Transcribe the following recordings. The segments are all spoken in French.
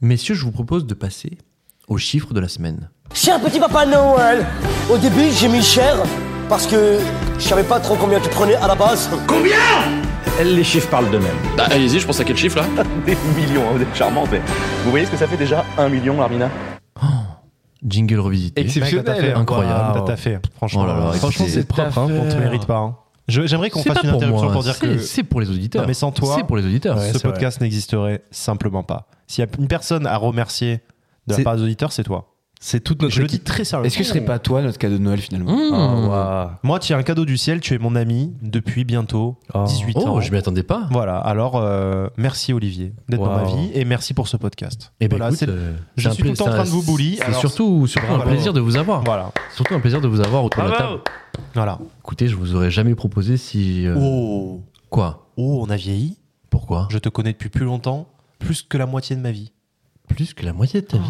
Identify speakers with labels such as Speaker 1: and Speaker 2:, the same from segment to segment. Speaker 1: Messieurs, je vous propose de passer au chiffre de la semaine.
Speaker 2: Cher petit papa Noël, au début j'ai mis cher parce que je savais pas trop combien tu prenais à la base.
Speaker 3: Les chiffres parlent d'eux-mêmes.
Speaker 4: Bah allez-y, je pense à quel chiffre là
Speaker 3: Des millions, hein, vous êtes charmant, mais vous voyez ce que ça fait déjà un million, Armina
Speaker 1: Jingle revisité.
Speaker 5: Exceptionnel.
Speaker 1: Incroyable.
Speaker 5: Waouh, T'as fait. Franchement,
Speaker 1: hein. Oh là là,
Speaker 5: franchement
Speaker 1: écoutez,
Speaker 5: c'est propre. Hein, on te mérite pas. hein. Je- J'aimerais qu'on
Speaker 1: C'est
Speaker 5: fasse
Speaker 1: pas
Speaker 5: une
Speaker 1: pour
Speaker 5: interruption
Speaker 1: moi,
Speaker 5: pour dire
Speaker 1: c'est-
Speaker 5: que
Speaker 1: c'est pour les auditeurs.
Speaker 5: Non, mais sans toi-
Speaker 1: c'est pour les auditeurs.
Speaker 5: ce podcast n'existerait simplement pas. S'il y a une personne à remercier de la
Speaker 6: C'est-
Speaker 5: part des auditeurs, c'est toi.
Speaker 6: C'est toute notre
Speaker 5: Je le dis
Speaker 6: équipe.
Speaker 5: très sérieusement.
Speaker 6: Est-ce que ce serait pas toi notre cadeau de Noël finalement
Speaker 1: Mmh.
Speaker 5: Ah, Moi, tu es un cadeau du ciel, tu es mon ami depuis bientôt 18
Speaker 1: Oh,
Speaker 5: ans.
Speaker 1: je m'y attendais pas.
Speaker 5: Voilà, alors euh, merci Olivier d'être dans ma
Speaker 6: Wow.
Speaker 5: vie et merci pour ce podcast.
Speaker 1: Eh ben,
Speaker 5: Voilà,
Speaker 1: écoute,
Speaker 5: c'est-
Speaker 1: euh,
Speaker 5: je
Speaker 1: c'est un
Speaker 5: suis tout le
Speaker 1: pla-
Speaker 5: temps en
Speaker 1: c'est
Speaker 5: train
Speaker 1: un-
Speaker 5: de vous bully,
Speaker 1: C'est
Speaker 5: alors-
Speaker 1: surtout, surtout un
Speaker 5: Voilà.
Speaker 1: plaisir de vous avoir.
Speaker 5: voilà,
Speaker 1: Surtout un plaisir de vous avoir autour de la table.
Speaker 5: voilà.
Speaker 1: Écoutez, je vous aurais jamais proposé si. euh,
Speaker 5: Oh,
Speaker 1: Quoi
Speaker 5: oh, on a vieilli.
Speaker 1: Pourquoi
Speaker 5: Je te connais depuis plus longtemps, plus que la moitié de ma vie.
Speaker 1: Plus que la moitié de ta vie.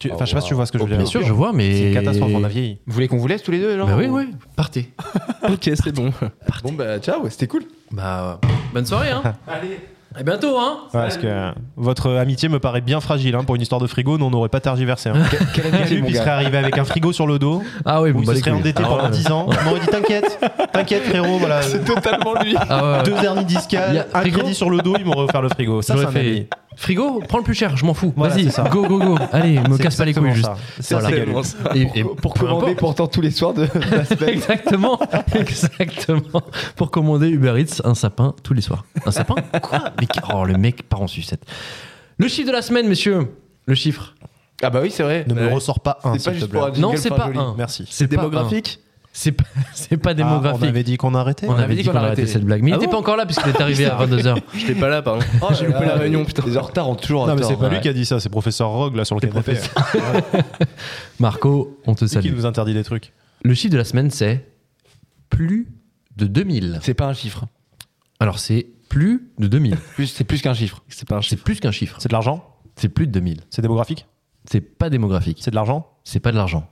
Speaker 5: Tu- Enfin, je sais pas si tu vois ce que je veux dire.
Speaker 1: Bien sûr, je vois, mais.
Speaker 5: Oh. C'est une catastrophe, on a vieilli.
Speaker 6: Vous voulez qu'on vous laisse tous les deux genre Ah,
Speaker 1: Bah oui, oui, partez.
Speaker 6: Ok, c'est bon. Bon bah ciao, c'était cool.
Speaker 1: Bah, euh, bonne soirée, hein. Allez. À bientôt, hein.
Speaker 5: Ouais, parce que votre amitié me paraît bien fragile hein, pour une histoire de frigo. Nous, on n'aurait pas tergiversé. Hein.
Speaker 6: Quelle
Speaker 5: Calup, il serait arrivé avec un frigo sur le dos,
Speaker 1: Ah oui,
Speaker 5: où
Speaker 1: bon,
Speaker 5: il
Speaker 1: bah,
Speaker 5: se
Speaker 1: les
Speaker 5: serait
Speaker 1: couilles.
Speaker 5: endetté
Speaker 1: Ah
Speaker 5: pendant
Speaker 1: ouais.
Speaker 5: 10 ans. On m'aurait dit T'inquiète, t'inquiète, frérot, voilà.
Speaker 6: Totalement lui.
Speaker 1: Ah ouais.
Speaker 5: Deux hernies
Speaker 1: Il y
Speaker 5: discales,
Speaker 1: a
Speaker 5: un
Speaker 1: frigo
Speaker 5: crédit sur le dos, ils m'auraient offert le frigo. Ça, c'est
Speaker 1: J'aurais
Speaker 5: un
Speaker 1: fait
Speaker 5: ami.
Speaker 1: frigo, prends le plus cher, je m'en fous.
Speaker 5: Voilà,
Speaker 1: Vas-y,
Speaker 5: c'est ça.
Speaker 1: go go go. Allez, me
Speaker 5: C'est
Speaker 1: casse pas les couilles juste.
Speaker 5: exactement ça. Ça,
Speaker 1: Voilà.
Speaker 5: c'est Calup.
Speaker 1: Et-
Speaker 6: Pour,
Speaker 1: et
Speaker 6: pour
Speaker 1: peu
Speaker 6: commander
Speaker 1: importe.
Speaker 6: pourtant tous les soirs de la semaine.
Speaker 1: Exactement, exactement. Pour commander Uber Eats, un sapin tous les soirs. Un sapin Quoi Mais qui- Oh, le mec part en sucette. Le chiffre de la semaine, messieurs. Le chiffre.
Speaker 6: Ah bah oui, c'est vrai.
Speaker 5: Ne me
Speaker 6: Ouais.
Speaker 5: ressors pas un,
Speaker 6: C'est pas
Speaker 5: s'il te
Speaker 6: juste pour
Speaker 5: plaît.
Speaker 6: un
Speaker 1: Non,
Speaker 6: jingle
Speaker 1: c'est
Speaker 6: fin
Speaker 1: pas
Speaker 6: joli.
Speaker 1: un.
Speaker 5: Merci.
Speaker 1: C'est pas
Speaker 6: Démographique
Speaker 1: un. C'est pas, c'est pas
Speaker 5: Ah, on
Speaker 1: démographique.
Speaker 5: avait dit qu'on arrêtait
Speaker 1: on, avait dit qu'on arrêtait cette blague. Mais il
Speaker 6: Ah
Speaker 1: était
Speaker 6: bon
Speaker 1: pas encore là puisqu'il est arrivé à 22h.
Speaker 4: J'étais pas là, pardon.
Speaker 6: Oh, j'ai loupé la réunion, putain. Les retards ont toujours
Speaker 5: Non, mais c'est pas
Speaker 1: ouais.
Speaker 5: lui qui a dit ça, c'est professeur Rogue là sur le canapé.
Speaker 1: Marco, on te
Speaker 5: C'est qui
Speaker 1: salue.
Speaker 5: nous interdit des trucs.
Speaker 1: Le chiffre de la semaine, c'est plus de 2000.
Speaker 6: C'est pas un chiffre.
Speaker 1: Alors, c'est plus de 2000.
Speaker 6: Plus- C'est plus qu'un chiffre. C'est pas un
Speaker 1: C'est
Speaker 6: chiffre.
Speaker 1: plus qu'un chiffre.
Speaker 5: C'est de l'argent
Speaker 1: C'est plus de 2000.
Speaker 5: C'est démographique
Speaker 1: C'est pas démographique.
Speaker 5: C'est de l'argent
Speaker 1: C'est pas de l'argent.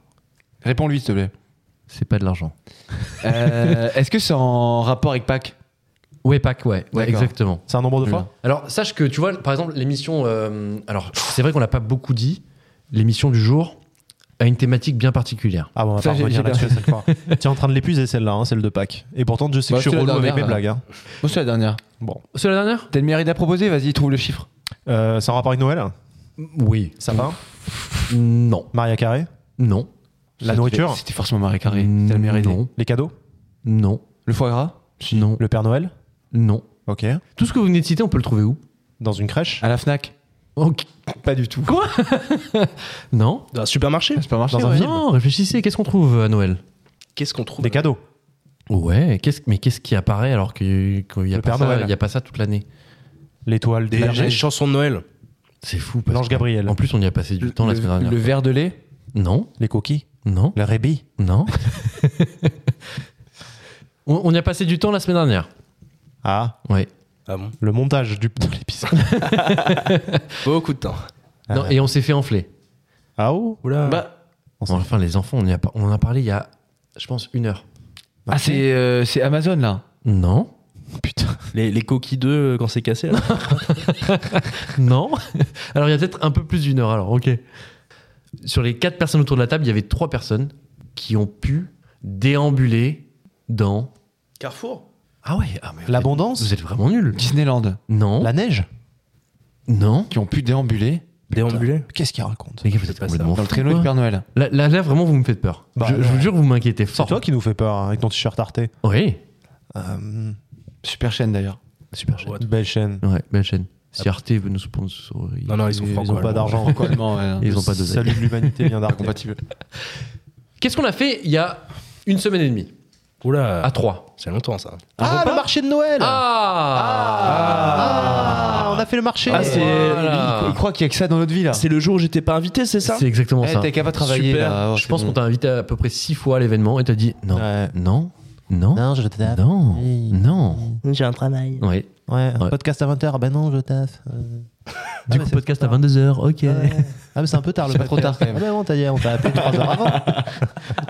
Speaker 6: Réponds-lui, s'il te plaît.
Speaker 1: C'est pas de l'argent.
Speaker 6: Euh, Est-ce que c'est en rapport avec Pâques
Speaker 1: Ouais, Pac, ouais. ouais
Speaker 6: D'accord.
Speaker 1: exactement.
Speaker 5: C'est un nombre de fois
Speaker 6: Oui.
Speaker 1: Alors, sache que, tu vois, par exemple, l'émission. euh, alors, c'est vrai qu'on l'a pas beaucoup dit. L'émission du jour a une thématique bien particulière.
Speaker 5: Ah bon, on va
Speaker 6: Ça,
Speaker 5: pas
Speaker 6: j'ai-
Speaker 5: revenir
Speaker 6: j'ai
Speaker 5: là-dessus cette fois. Tu es en train de l'épuiser celle-là, hein, celle de Pâques. Et pourtant, je sais
Speaker 6: Bah,
Speaker 5: que je suis
Speaker 6: c'est la
Speaker 5: relou avec mes
Speaker 6: dernière,
Speaker 5: blagues. hein.
Speaker 6: Bon, c'est la dernière.
Speaker 5: Bon,
Speaker 1: C'est la dernière
Speaker 6: T'as le mérite à proposer Vas-y, trouve le chiffre.
Speaker 5: euh, c'est en rapport avec Noël
Speaker 1: Oui.
Speaker 5: Ça va
Speaker 1: Non.
Speaker 5: Maria Carré
Speaker 1: Non.
Speaker 5: La nourriture
Speaker 6: C'était forcément Marie Carré. T'as le mérite.
Speaker 1: Non.
Speaker 5: Les cadeaux
Speaker 1: Non.
Speaker 6: Le foie gras
Speaker 1: Non.
Speaker 5: Le Père Noël
Speaker 1: Non.
Speaker 5: Ok.
Speaker 1: Tout ce que vous venez de citer, on peut le trouver où
Speaker 5: Dans une crèche
Speaker 6: À la Fnac
Speaker 1: Ok.
Speaker 6: Pas du tout.
Speaker 1: Non.
Speaker 4: Dans un supermarché
Speaker 6: C'est pas marché.
Speaker 5: Dans un
Speaker 6: ouais.
Speaker 5: film
Speaker 1: Non, réfléchissez. Qu'est-ce qu'on trouve à Noël
Speaker 4: Qu'est-ce qu'on trouve
Speaker 5: Des cadeaux
Speaker 1: Ouais, qu'est-ce- mais qu'est-ce qui apparaît alors qu'il n'y a,
Speaker 5: Le
Speaker 1: pas
Speaker 5: Père
Speaker 1: ça-
Speaker 5: Noël.
Speaker 1: il y a pas ça toute l'année
Speaker 5: L'étoile
Speaker 4: Des
Speaker 5: du berger
Speaker 4: chansons de Noël.
Speaker 1: C'est fou. parce
Speaker 5: L'ange
Speaker 1: que-
Speaker 5: Gabriel
Speaker 1: En plus, on y a passé du temps la semaine
Speaker 6: Le,
Speaker 1: dernière.
Speaker 6: le verre de lait
Speaker 1: Non,
Speaker 5: Les coquilles
Speaker 1: non,
Speaker 5: La rébille
Speaker 1: non. on, on y a passé du temps la semaine dernière.
Speaker 5: Ah,
Speaker 1: Ouais.
Speaker 4: Ah bon
Speaker 5: le montage du, de l'épisode.
Speaker 4: Beaucoup de temps.
Speaker 5: Ah
Speaker 1: Non,
Speaker 5: ouais.
Speaker 1: et on s'est fait enfler.
Speaker 5: ah oh
Speaker 4: Bah,
Speaker 1: Bon, enfin, les enfants, on, y a par- on en a parlé il y a, je pense, une heure.
Speaker 6: Ah, c'est euh, c'est Amazon là.
Speaker 1: Non,
Speaker 5: Putain.
Speaker 4: les, les coquilles d'œufs euh, quand c'est cassé. là.
Speaker 1: non. Alors, il y a peut-être un peu plus d'une heure, alors, ok. Sur les quatre personnes autour de la table, il y avait trois personnes qui ont pu déambuler dans.
Speaker 4: Carrefour
Speaker 1: Ah ouais, ah, mais vous êtes-
Speaker 5: L'abondance
Speaker 1: Vous êtes vraiment nuls.
Speaker 6: Disneyland.
Speaker 1: Non.
Speaker 5: La neige
Speaker 1: Non.
Speaker 6: Qui ont pu déambuler
Speaker 4: Déambulé
Speaker 5: Qu'est-ce qu'il raconte
Speaker 1: Les gars, vous êtes
Speaker 4: pas
Speaker 1: complètement
Speaker 6: dans le
Speaker 1: fous,
Speaker 6: traîneau
Speaker 1: quoi.
Speaker 6: du Père Noël.
Speaker 1: Là, là, là, vraiment, vous me faites peur.
Speaker 5: Bah,
Speaker 1: je, je vous jure, vous m'inquiétez
Speaker 5: C'est
Speaker 1: fort.
Speaker 5: toi qui nous fais peur hein, avec ton t-shirt tarté.
Speaker 1: Oui.
Speaker 5: Euh,
Speaker 6: Super chaîne d'ailleurs.
Speaker 1: Super chaîne.
Speaker 5: belle chaîne.
Speaker 1: Ouais, belle chaîne. Si Arte veut nous sponsoriser.
Speaker 4: Non, non, ils sont
Speaker 5: Ils
Speaker 4: franco
Speaker 5: ont pas d'argent.
Speaker 6: Franco-allemand, ouais, hein.
Speaker 1: Ils ont pas de
Speaker 5: Salut de l'humanité vient d'Arte.
Speaker 6: Compatible.
Speaker 1: Qu'est-ce qu'on a fait il y a une semaine et demie
Speaker 4: Oula.
Speaker 1: À 3.
Speaker 4: C'est longtemps ça.
Speaker 5: Ah, le marché de Noël
Speaker 1: Ah,
Speaker 5: Ah, on a fait le marché.
Speaker 6: Ah, c'est.
Speaker 1: Voilà.
Speaker 6: Il, il croit qu'il y a que ça dans notre vie là.
Speaker 4: C'est le jour où j'étais pas invité, c'est ça
Speaker 1: C'est exactement
Speaker 6: Eh,
Speaker 1: ça.
Speaker 6: t'es qu'à pas travailler
Speaker 4: Super.
Speaker 6: là. Oh,
Speaker 1: Je pense qu'on t'a invité à peu près 6 fois à l'événement et t'as dit non,
Speaker 5: Ouais.
Speaker 1: non, non, non,
Speaker 5: je taffe.
Speaker 1: non.
Speaker 5: Oui.
Speaker 2: J'ai un travail.
Speaker 1: Ouais.
Speaker 5: Ouais,
Speaker 1: Ouais.
Speaker 5: podcast à 20h. Ben non, je taffe.
Speaker 1: Du coup, podcast à 22h, ok.
Speaker 5: Ah, mais c'est un peu tard le
Speaker 6: C'est pas trop tard, quand même.
Speaker 5: Ah, mais bon, t'as dit, on t'a appelé 3 heures avant.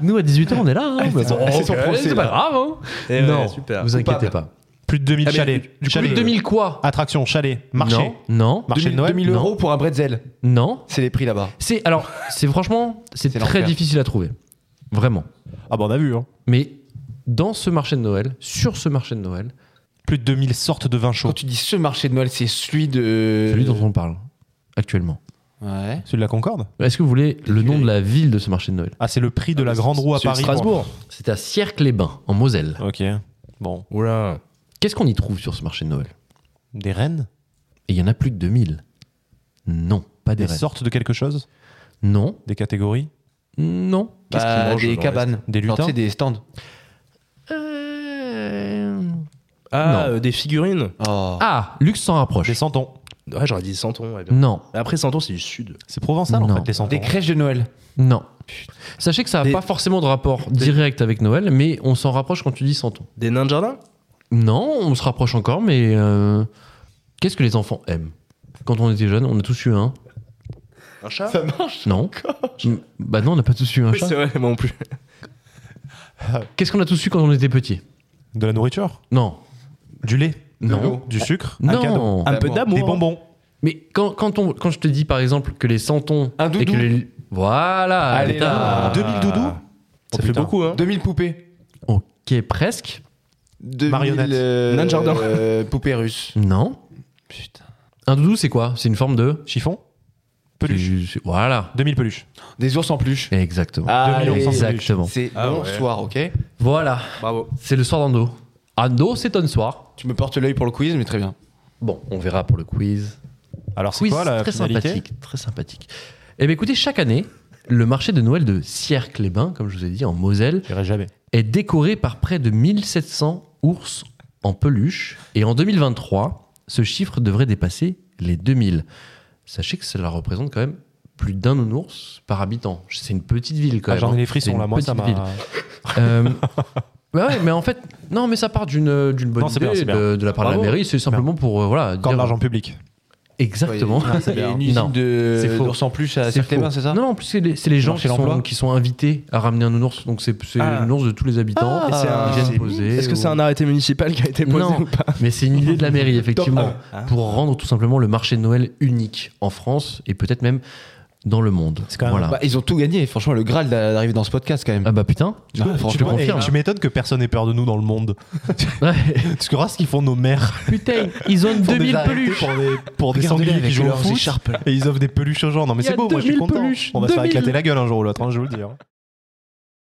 Speaker 1: Nous, à 18h, on est là. hein. Bah,
Speaker 6: son-
Speaker 1: bon,
Speaker 6: c'est son
Speaker 1: ok,
Speaker 6: procès,
Speaker 1: C'est pas
Speaker 6: là.
Speaker 1: grave. hein.
Speaker 4: Eh ouais,
Speaker 1: non,
Speaker 4: super.
Speaker 1: vous inquiétez pas.
Speaker 5: Plus de 2000
Speaker 4: Ah, mais
Speaker 5: chalets.
Speaker 4: du- du coup,
Speaker 1: Plus
Speaker 5: Chalets.
Speaker 1: de 2000 quoi
Speaker 5: Attraction, chalet, marché.
Speaker 1: Non, non,
Speaker 5: Marché de Noël
Speaker 6: 2000
Speaker 1: Non.
Speaker 6: euros pour un bretzel.
Speaker 1: non.
Speaker 6: C'est les prix là-bas.
Speaker 1: C'est alors, c'est franchement, c'est
Speaker 6: C'est
Speaker 1: très
Speaker 6: l'enfer.
Speaker 1: difficile à trouver, vraiment.
Speaker 5: Ah bah on a vu. Hein.
Speaker 1: Mais dans ce marché de Noël, sur ce marché de Noël,
Speaker 5: Plus de 2000 sortes de vins chauds.
Speaker 6: Quand tu dis ce marché de Noël, c'est celui de.
Speaker 1: celui dont on parle actuellement.
Speaker 6: Ouais.
Speaker 5: Celui de la Concorde
Speaker 1: Est-ce que vous voulez le nom de la ville de ce marché de Noël
Speaker 5: Ah, c'est le prix
Speaker 1: bah,
Speaker 5: de la Grande Roue à
Speaker 4: C'est
Speaker 5: Paris.
Speaker 4: Strasbourg.
Speaker 1: C'est à Sierre-les-Bains, en Moselle.
Speaker 5: Bon. Ok. Bon.
Speaker 4: Oula.
Speaker 1: Qu'est-ce qu'on y trouve sur ce marché de Noël
Speaker 5: Des rennes
Speaker 1: Et il y en a plus de 2000. Non, pas des,
Speaker 5: Des
Speaker 1: rêves.
Speaker 5: sortes de quelque chose
Speaker 1: Non,
Speaker 5: Des catégories
Speaker 1: non.
Speaker 6: Qu'est-ce
Speaker 4: Bah,
Speaker 6: qu'ils mangent,
Speaker 4: des
Speaker 6: genre,
Speaker 4: cabanes.
Speaker 5: Des
Speaker 6: Genre, tu
Speaker 5: lutins
Speaker 6: sais, des stands.
Speaker 1: Euh,
Speaker 4: Ah,
Speaker 1: Non.
Speaker 4: euh, des figurines.
Speaker 6: Oh.
Speaker 1: Ah, luxe s'en rapproche.
Speaker 5: Des santons.
Speaker 4: Ouais, j'aurais dit Santon. ouais, bien.
Speaker 1: Non,
Speaker 4: Après, Santon, c'est du sud.
Speaker 5: C'est provençal
Speaker 1: Non.
Speaker 5: en fait, les santons.
Speaker 6: Des crèches de Noël.
Speaker 1: non. Sachez que ça n'a
Speaker 4: Des-
Speaker 1: pas forcément de rapport direct avec Noël, mais on s'en rapproche quand tu dis Santon.
Speaker 4: Des nains de jardin
Speaker 1: Non, on se rapproche encore, mais euh, qu'est-ce que les enfants aiment Quand on était jeunes, on a tous eu un.
Speaker 4: Un chat
Speaker 6: Ça marche.
Speaker 1: Non. Mm, Bah non, on n'a pas tous eu un
Speaker 4: Oui,
Speaker 1: chat.
Speaker 4: c'est vrai, moi non plus.
Speaker 1: Qu'est-ce qu'on a tous eu quand on était petit
Speaker 5: De la nourriture
Speaker 1: Non.
Speaker 5: Du lait
Speaker 1: Non.
Speaker 5: Du sucre Un cadeau
Speaker 1: Non.
Speaker 4: Un peu
Speaker 6: D'amour.
Speaker 4: d'amour.
Speaker 5: Des bonbons
Speaker 1: Mais quand, quand, on, quand je te dis par exemple que les santons.
Speaker 6: Un
Speaker 1: et que
Speaker 6: doudou.
Speaker 1: les- Voilà
Speaker 6: Allez
Speaker 1: putain.
Speaker 6: là. Ah.
Speaker 5: 2000 doudous Oh,
Speaker 4: Ça fait beaucoup, hein.
Speaker 6: 2000 poupées.
Speaker 1: Ok, presque.
Speaker 6: 2000
Speaker 5: Marionnettes.
Speaker 6: euh,
Speaker 4: Nain de jardin.
Speaker 6: euh, poupées russes.
Speaker 1: Non.
Speaker 6: Putain.
Speaker 1: Un doudou, c'est quoi C'est une forme de.
Speaker 5: Chiffon Peluche.
Speaker 1: C'est- c'est- Voilà.
Speaker 5: 2000 peluches.
Speaker 6: Des ours en peluche.
Speaker 1: Exactement.
Speaker 5: Ah, Allez.
Speaker 1: Exactement.
Speaker 6: C'est
Speaker 4: Ah
Speaker 6: bon
Speaker 4: ouais.
Speaker 6: soir, ok
Speaker 1: Voilà.
Speaker 4: Bravo.
Speaker 1: C'est le soir d'Ando. Ando, c'est un soir.
Speaker 6: Tu me portes l'œil pour le quiz, mais très bien.
Speaker 1: Bon, on verra pour le quiz.
Speaker 5: Alors c'est
Speaker 1: Quiz
Speaker 5: quoi la
Speaker 1: très
Speaker 5: finalité
Speaker 1: sympathique, très sympathique. Eh bien, écoutez, chaque année, le marché de Noël de Sierre-les-Bains, comme je vous ai dit, en Moselle,
Speaker 5: J'irai jamais.
Speaker 1: est décoré par près de 1700 ours en peluche. Et en 2023, ce chiffre devrait dépasser les 2000. Sachez que cela représente quand même plus d'un nounours par habitant. C'est une petite ville quand
Speaker 5: Ah,
Speaker 1: même.
Speaker 5: J'en
Speaker 1: hein.
Speaker 5: ai les
Speaker 1: C'est
Speaker 5: frissons
Speaker 1: une
Speaker 5: là, moi ça
Speaker 1: petite ville.
Speaker 5: m'a.
Speaker 1: Euh, bah ouais, mais en fait, non, mais ça part d'une euh, d'une bonne
Speaker 5: Non, c'est
Speaker 1: idée
Speaker 5: bien, c'est bien.
Speaker 1: de, de la part de
Speaker 5: Bravo.
Speaker 1: la mairie. C'est simplement pour euh, voilà
Speaker 5: Encore
Speaker 1: dire-
Speaker 5: de l'argent public.
Speaker 1: Exactement.
Speaker 6: Ouais, Il y a Ah, une
Speaker 1: Non.
Speaker 6: usine
Speaker 1: C'est
Speaker 6: de
Speaker 1: faux.
Speaker 6: d'ours en peluche
Speaker 4: euh,
Speaker 6: à
Speaker 1: C'est
Speaker 6: Sacré-Bain,
Speaker 1: faux.
Speaker 6: c'est ça
Speaker 1: Non, non, en plus, c'est les, c'est les gens
Speaker 6: Marché
Speaker 1: qui sont,
Speaker 6: l'emploi.
Speaker 1: qui sont invités à ramener un nounours. Donc, c'est c'est
Speaker 4: Ah.
Speaker 1: le nounours de tous les habitants.
Speaker 4: Et c'est un-
Speaker 1: Ils
Speaker 4: c'est-
Speaker 1: viennent poser.
Speaker 4: Est-ce que
Speaker 1: ou-
Speaker 4: c'est un arrêté municipal qui a été posé
Speaker 1: Non.
Speaker 4: ou pas
Speaker 1: Mais c'est une idée de la mairie, effectivement,
Speaker 4: un. Ah.
Speaker 1: pour rendre tout simplement le marché de Noël unique en France et peut-être même dans le monde.
Speaker 5: C'est quand même-
Speaker 1: Voilà.
Speaker 6: Bah, ils ont tout gagné. Franchement, le Graal d'a- d'arriver dans ce podcast, quand même.
Speaker 1: ah bah putain.
Speaker 6: Non, franchement, eh, ah.
Speaker 5: Tu
Speaker 1: te
Speaker 5: vois, et
Speaker 1: confirme.
Speaker 5: tu m'étonnes que personne n'ait peur de nous dans le monde.
Speaker 1: Ouais.
Speaker 5: Parce que regarde ce qu'ils font nos mères.
Speaker 1: putain, ils ont
Speaker 5: Ils font
Speaker 1: 2000
Speaker 5: déjà arrêter
Speaker 1: peluches.
Speaker 5: Pour des, pour des
Speaker 6: Regardez-les
Speaker 5: sangliers
Speaker 6: avec
Speaker 5: qui jouent au
Speaker 6: leurs
Speaker 5: foot.
Speaker 6: écharpes.
Speaker 5: Et ils offrent des peluches aux gens. Non mais
Speaker 1: Il y
Speaker 5: c'est
Speaker 1: a
Speaker 5: beau, moi je suis
Speaker 1: 2000
Speaker 5: content.
Speaker 1: peluches.
Speaker 5: On va se faire
Speaker 1: 2000.
Speaker 5: éclater la gueule un jour ou l'autre, hein, je vous le dis. hein.